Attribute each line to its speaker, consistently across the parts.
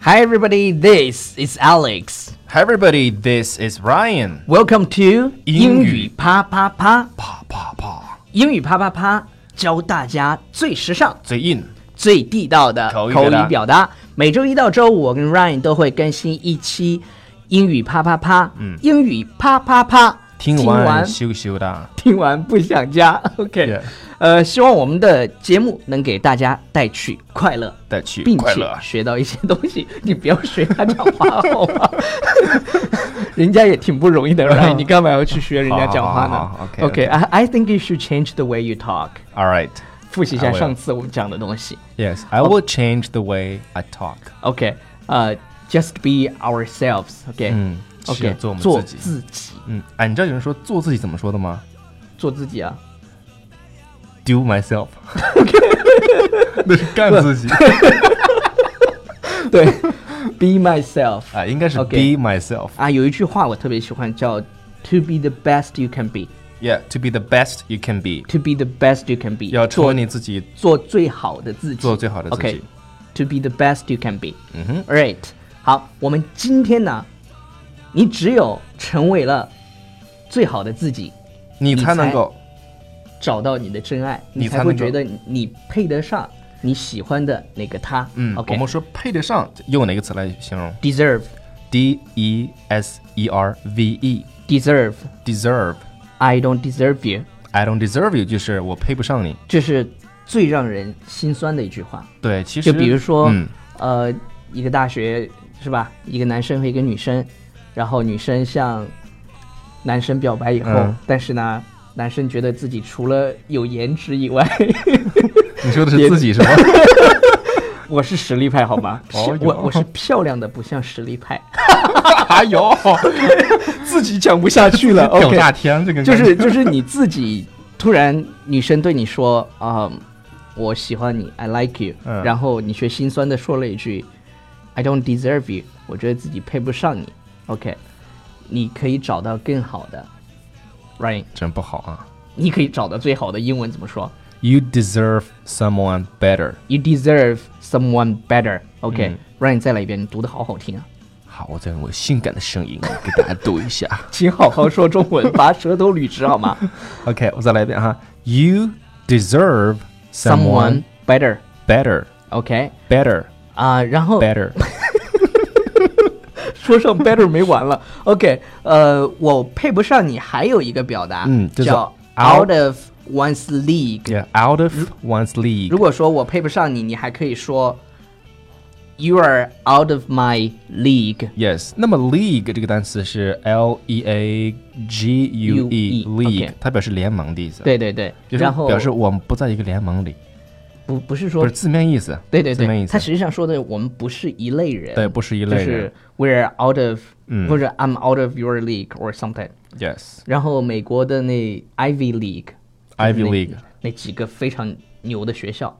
Speaker 1: Hi, everybody. This is Alex.
Speaker 2: Hi everybody, this is Ryan。
Speaker 1: Welcome to
Speaker 2: 英
Speaker 1: 英
Speaker 2: 语
Speaker 1: 语啪啪啪。
Speaker 2: 啪啪啪，
Speaker 1: 英语啪啪啪，教大家最时尚、
Speaker 2: 最硬。
Speaker 1: 最地道的
Speaker 2: 口语
Speaker 1: 口
Speaker 2: 表达
Speaker 1: 语表达。每周一到周五，我跟 Ryan 都会更新一期英语啪啪啪。嗯，英语啪啪啪，
Speaker 2: 听
Speaker 1: 听
Speaker 2: 完
Speaker 1: 完
Speaker 2: 羞羞的。
Speaker 1: 听完不想加。OK，、
Speaker 2: Yeah
Speaker 1: 呃，希望我们的节目能给大家带去快乐。
Speaker 2: 带去
Speaker 1: 并
Speaker 2: 快
Speaker 1: 且
Speaker 2: 乐，
Speaker 1: 学到一些东西，你不要学他讲话好 吗？人家也挺不容易的，right？你干嘛要去学人家讲话
Speaker 2: 好好好
Speaker 1: 呢
Speaker 2: 好，OK，OK
Speaker 1: I I think you should change the way you talk。
Speaker 2: All right.
Speaker 1: 复习一下
Speaker 2: I will
Speaker 1: 上次我们讲的东西。
Speaker 2: Yes, I will change the way I talk.
Speaker 1: OK，呃、j u s t be ourselves。OK，
Speaker 2: 嗯是
Speaker 1: OK，
Speaker 2: 做我们
Speaker 1: 做
Speaker 2: 自己
Speaker 1: 自己，
Speaker 2: 嗯，哎，Mm. Ah, 你知道有人说做自己怎么说的吗
Speaker 1: 做自己啊！
Speaker 2: ？Do myself。那是干自己
Speaker 1: 对，be myself
Speaker 2: 啊，Ah, 应该是
Speaker 1: OK
Speaker 2: be myself.
Speaker 1: 啊，有一句话我特别喜欢，叫 “to be the best you can be”，“to
Speaker 2: Yeah, to be the best you can be.
Speaker 1: be the best you can be”，
Speaker 2: 要成
Speaker 1: 做
Speaker 2: 为你自己。
Speaker 1: 做最好的自己，
Speaker 2: 做最好的自
Speaker 1: OK,
Speaker 2: 己
Speaker 1: to be the best you can be。
Speaker 2: 嗯哼
Speaker 1: All right，好，我们今天呢，你只有成为了最好的自己，
Speaker 2: 你才
Speaker 1: 才
Speaker 2: 能够。
Speaker 1: 找到你的真爱，
Speaker 2: 你才
Speaker 1: 才会
Speaker 2: 能够
Speaker 1: 觉得你你配得上你喜欢的那个他。
Speaker 2: 嗯我
Speaker 1: ，OK，
Speaker 2: 们说配得上，用哪个词来形容
Speaker 1: deserve
Speaker 2: ？D E S E R V E.
Speaker 1: deserve
Speaker 2: Deserve.
Speaker 1: I don't deserve you，
Speaker 2: I don't deserve you，就是我配不上你。
Speaker 1: 这是最让人心酸的一句话。
Speaker 2: 对，其实
Speaker 1: 就比如说，
Speaker 2: 嗯，
Speaker 1: 呃，一个大学是吧？一个男生和一个女生，然后女生向男生表白以后，
Speaker 2: 嗯
Speaker 1: 但是呢，男生觉得自己除了有颜值以外，
Speaker 2: 你说的
Speaker 1: 也
Speaker 2: 是自己 是吗？
Speaker 1: 我是实力派好吗？
Speaker 2: 哦
Speaker 1: 我
Speaker 2: 哟
Speaker 1: 我是漂亮的不像实力 派，
Speaker 2: 还有，
Speaker 1: 哎 自己讲不下去 了
Speaker 2: 屌炸天，这个
Speaker 1: 就
Speaker 2: 感觉
Speaker 1: 是就是你自己突然女生对你说啊、我喜欢你，I like you，、
Speaker 2: 嗯
Speaker 1: 然后你却心酸的说了一句，I don't deserve you，我觉得自己配不上你。OK，你可以找到更好的，Ryan，
Speaker 2: 真不好啊。
Speaker 1: 你可以找到最好的英文怎么说
Speaker 2: You deserve someone better。
Speaker 1: ？You deserve someone better。OK，Ryan、
Speaker 2: 嗯
Speaker 1: Ryan，再来一遍，你读的好好听啊，
Speaker 2: 好，我再用我性感的声音给大家读一 下。
Speaker 1: 请好好说中 文，把舌头捋直好吗
Speaker 2: OK，我再来一遍哈。You deserve
Speaker 1: ？Someone
Speaker 2: someone
Speaker 1: better。
Speaker 2: better,
Speaker 1: OK，
Speaker 2: better,
Speaker 1: 啊、然后
Speaker 2: better。
Speaker 1: 说上 better 没完了。OK，呃，我配不上你，还有一个表达，
Speaker 2: 嗯就是
Speaker 1: 叫
Speaker 2: out-
Speaker 1: out of one's league。
Speaker 2: Yeah, out of one's league
Speaker 1: 如。果说我配不上你，你还可以说 you are out of my league。
Speaker 2: Yes，那么 league 这个单词是 L E A G U E
Speaker 1: U-E
Speaker 2: league，
Speaker 1: ，OK
Speaker 2: 它表示联盟的意思。，
Speaker 1: 对对对，
Speaker 2: 就是
Speaker 1: 然后
Speaker 2: 表示我们不在一个联盟里，
Speaker 1: 不不是
Speaker 2: 不
Speaker 1: 说
Speaker 2: 是字面意思。
Speaker 1: 对对
Speaker 2: 字面
Speaker 1: 对
Speaker 2: 意，思
Speaker 1: 它。实际上说的我们不是一类人，
Speaker 2: 对，不是一
Speaker 1: 就
Speaker 2: 类人
Speaker 1: 是。we're out of，、
Speaker 2: 嗯
Speaker 1: 或者 I'm out of your league or something。
Speaker 2: Yes，Ivy
Speaker 1: 然后美国的那 Ivy League，那
Speaker 2: League
Speaker 1: 那几个非常牛的学校，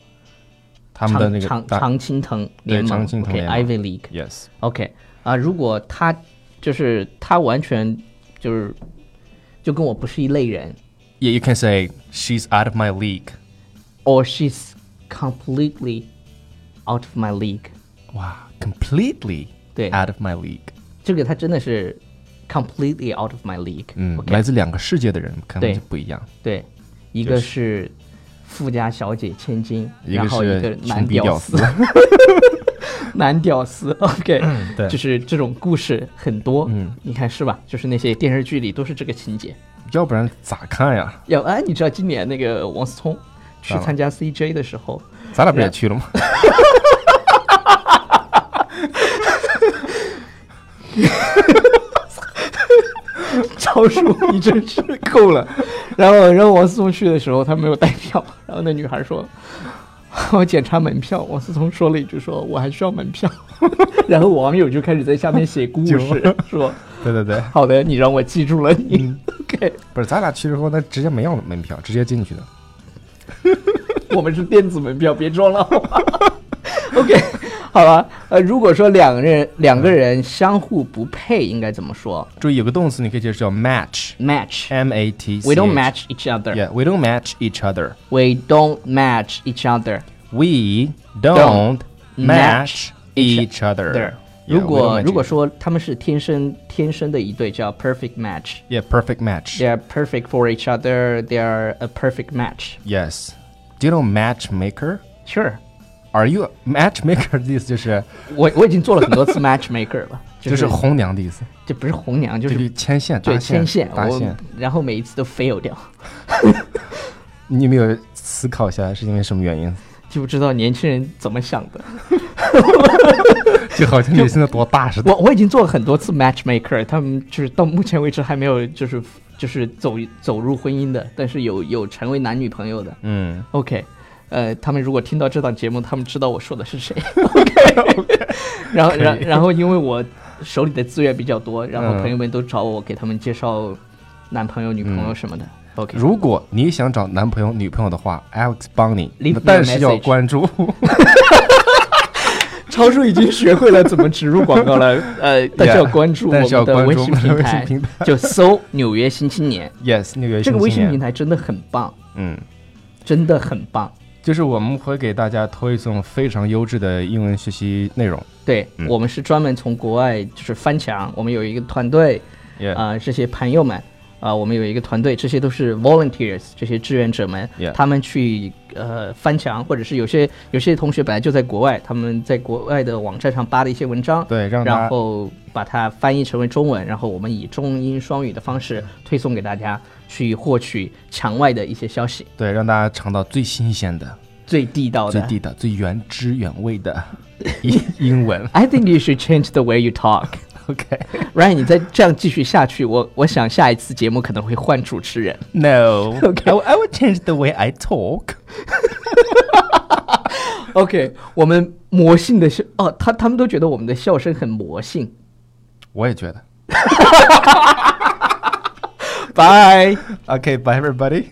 Speaker 2: 他们的那个
Speaker 1: 常
Speaker 2: 大
Speaker 1: 常常青藤联盟
Speaker 2: 常青藤联盟
Speaker 1: o k Ivy League。
Speaker 2: Yes，
Speaker 1: OK 啊、如果他就是他完全就是就跟我不是一类人
Speaker 2: yeah, you can say she's out of my league。
Speaker 1: ，or she's completely out of my league，
Speaker 2: 哇，completely
Speaker 1: 对
Speaker 2: out of my league。
Speaker 1: 这个他真的是 completely out of my league。
Speaker 2: 嗯
Speaker 1: o，k
Speaker 2: 来自两个世界的人可能
Speaker 1: 对
Speaker 2: 就不一样。
Speaker 1: 对，一
Speaker 2: 就
Speaker 1: 个是富家小姐千金，
Speaker 2: 一
Speaker 1: 然
Speaker 2: 个
Speaker 1: 后一个
Speaker 2: 是
Speaker 1: 男
Speaker 2: 穷逼屌
Speaker 1: 丝， 男屌丝。OK，
Speaker 2: 嗯对
Speaker 1: 就是这种故事很多，嗯，你看是吧？就是那些电视剧里都是这个情节。
Speaker 2: 要不然咋看呀？
Speaker 1: 要哎，你知道今年那个王思聪去
Speaker 2: 咋了
Speaker 1: 参加 CJ 的时候，
Speaker 2: 咱俩不也
Speaker 1: 然
Speaker 2: 去了吗？
Speaker 1: 超叔，你真是够了。然后，然后王思聪去的时候，他没有带票， 然后那女孩说：“ 我检查门票。”王思聪说了一句说：“我还需要门票。” 然后网友就开始在下面写故事，说
Speaker 2: 对对对，：“
Speaker 1: 好的，你让我记住了你。OK，
Speaker 2: 不是咱俩去之后，那直接没要门票，直接进去的。
Speaker 1: 我们是电子门票，别装了，好吗 ？OK，好吧。呃，如果说两个人两个人相互不配，应该怎么说
Speaker 2: 注意有个动词，你可以记住叫 match。
Speaker 1: ？Match。
Speaker 2: M A T C
Speaker 1: We don't match
Speaker 2: H
Speaker 1: each other.
Speaker 2: Yeah, we don't match each other.
Speaker 1: We don't match each other.
Speaker 2: We
Speaker 1: Don't
Speaker 2: don't match each other.
Speaker 1: There，
Speaker 2: Yeah,
Speaker 1: 如
Speaker 2: we don't
Speaker 1: 果
Speaker 2: match
Speaker 1: 如果说他们是天生天生的一对，叫 perfect match。
Speaker 2: yeah, perfect match.
Speaker 1: They are perfect for each other. They are a perfect match.
Speaker 2: Yes. Do you know matchmaker?
Speaker 1: Sure，
Speaker 2: Are you a matchmaker 的意思就是
Speaker 1: 我我已经做了很多次 matchmaker 了，
Speaker 2: 就
Speaker 1: 就是是
Speaker 2: 红娘的意思，
Speaker 1: 这不是红娘，就
Speaker 2: 就是是牵线搭
Speaker 1: 对牵线，
Speaker 2: 搭
Speaker 1: 我
Speaker 2: 线。
Speaker 1: 然后每一次都 fail 掉，
Speaker 2: 你有没有思考一下是因为什么原因？
Speaker 1: 就不知道年轻人怎么想的。
Speaker 2: 就好像你现在多大似的。
Speaker 1: 我我已经做了很多次 matchmaker，他们就是到目前为止还没有就是就是走走入婚姻的，但是有有成为男女朋友的。
Speaker 2: 嗯
Speaker 1: OK，呃，他们如果听到这档节目，他们知道我说的是 谁。OK，然后然
Speaker 2: 可以
Speaker 1: 然后因为我手里的资源比较多，然后
Speaker 2: 嗯
Speaker 1: 朋友们都找我给他们介绍男朋友、女朋友
Speaker 2: 嗯
Speaker 1: 什么的。OK，
Speaker 2: 如果你想找男朋友、女朋友的话，Alex 帮你
Speaker 1: Leave me a，
Speaker 2: 但是要
Speaker 1: message
Speaker 2: 关注。
Speaker 1: 超叔已经学会了怎么植入广告了， 呃，大家要
Speaker 2: Yeah，
Speaker 1: 关注我
Speaker 2: 但是要
Speaker 1: 们的
Speaker 2: 关
Speaker 1: 微
Speaker 2: 注
Speaker 1: 信
Speaker 2: 我们的
Speaker 1: 平
Speaker 2: 微信
Speaker 1: 台
Speaker 2: 平，
Speaker 1: 就搜“纽约新青 年
Speaker 2: yes，纽”。约
Speaker 1: 这个微信平
Speaker 2: 台，
Speaker 1: 台真的很棒，
Speaker 2: 嗯，
Speaker 1: 真的很棒。
Speaker 2: 就是我们会给大家推送非常优质的英文学习内容。
Speaker 1: 对、
Speaker 2: 嗯
Speaker 1: 我们是专门从国外就是翻墙，我们有一个团队
Speaker 2: Yeah，、
Speaker 1: 啊、这些朋友们啊、我们有一个团队，这些都是 volunteers，这些志愿者们
Speaker 2: Yeah
Speaker 1: 他们去呃翻墙，或者是有些有些同学本来就在国外，他们在国外的网站上扒的一些文章，
Speaker 2: 对，让
Speaker 1: 然
Speaker 2: 大家
Speaker 1: 后把它翻译成为中文，然后我们以中英双语的方
Speaker 2: 嗯
Speaker 1: 式推送给大家，去获取墙外的一些消息，
Speaker 2: 对让大家尝到最新鲜的、
Speaker 1: 最地道
Speaker 2: 最
Speaker 1: 的。
Speaker 2: 地的、最原汁原味的 英英文。
Speaker 1: I think you should change the way you talk.
Speaker 2: OK，No，、
Speaker 1: Ryan，你再这样继续下去，我我想下一次节目可能会换主持人。
Speaker 2: I will- I will change the way I talk。
Speaker 1: OK，我们魔性的笑哦，他他们都觉得我们的笑声很魔性。
Speaker 2: 我也觉得。
Speaker 1: Bye。
Speaker 2: OK，bye、everybody。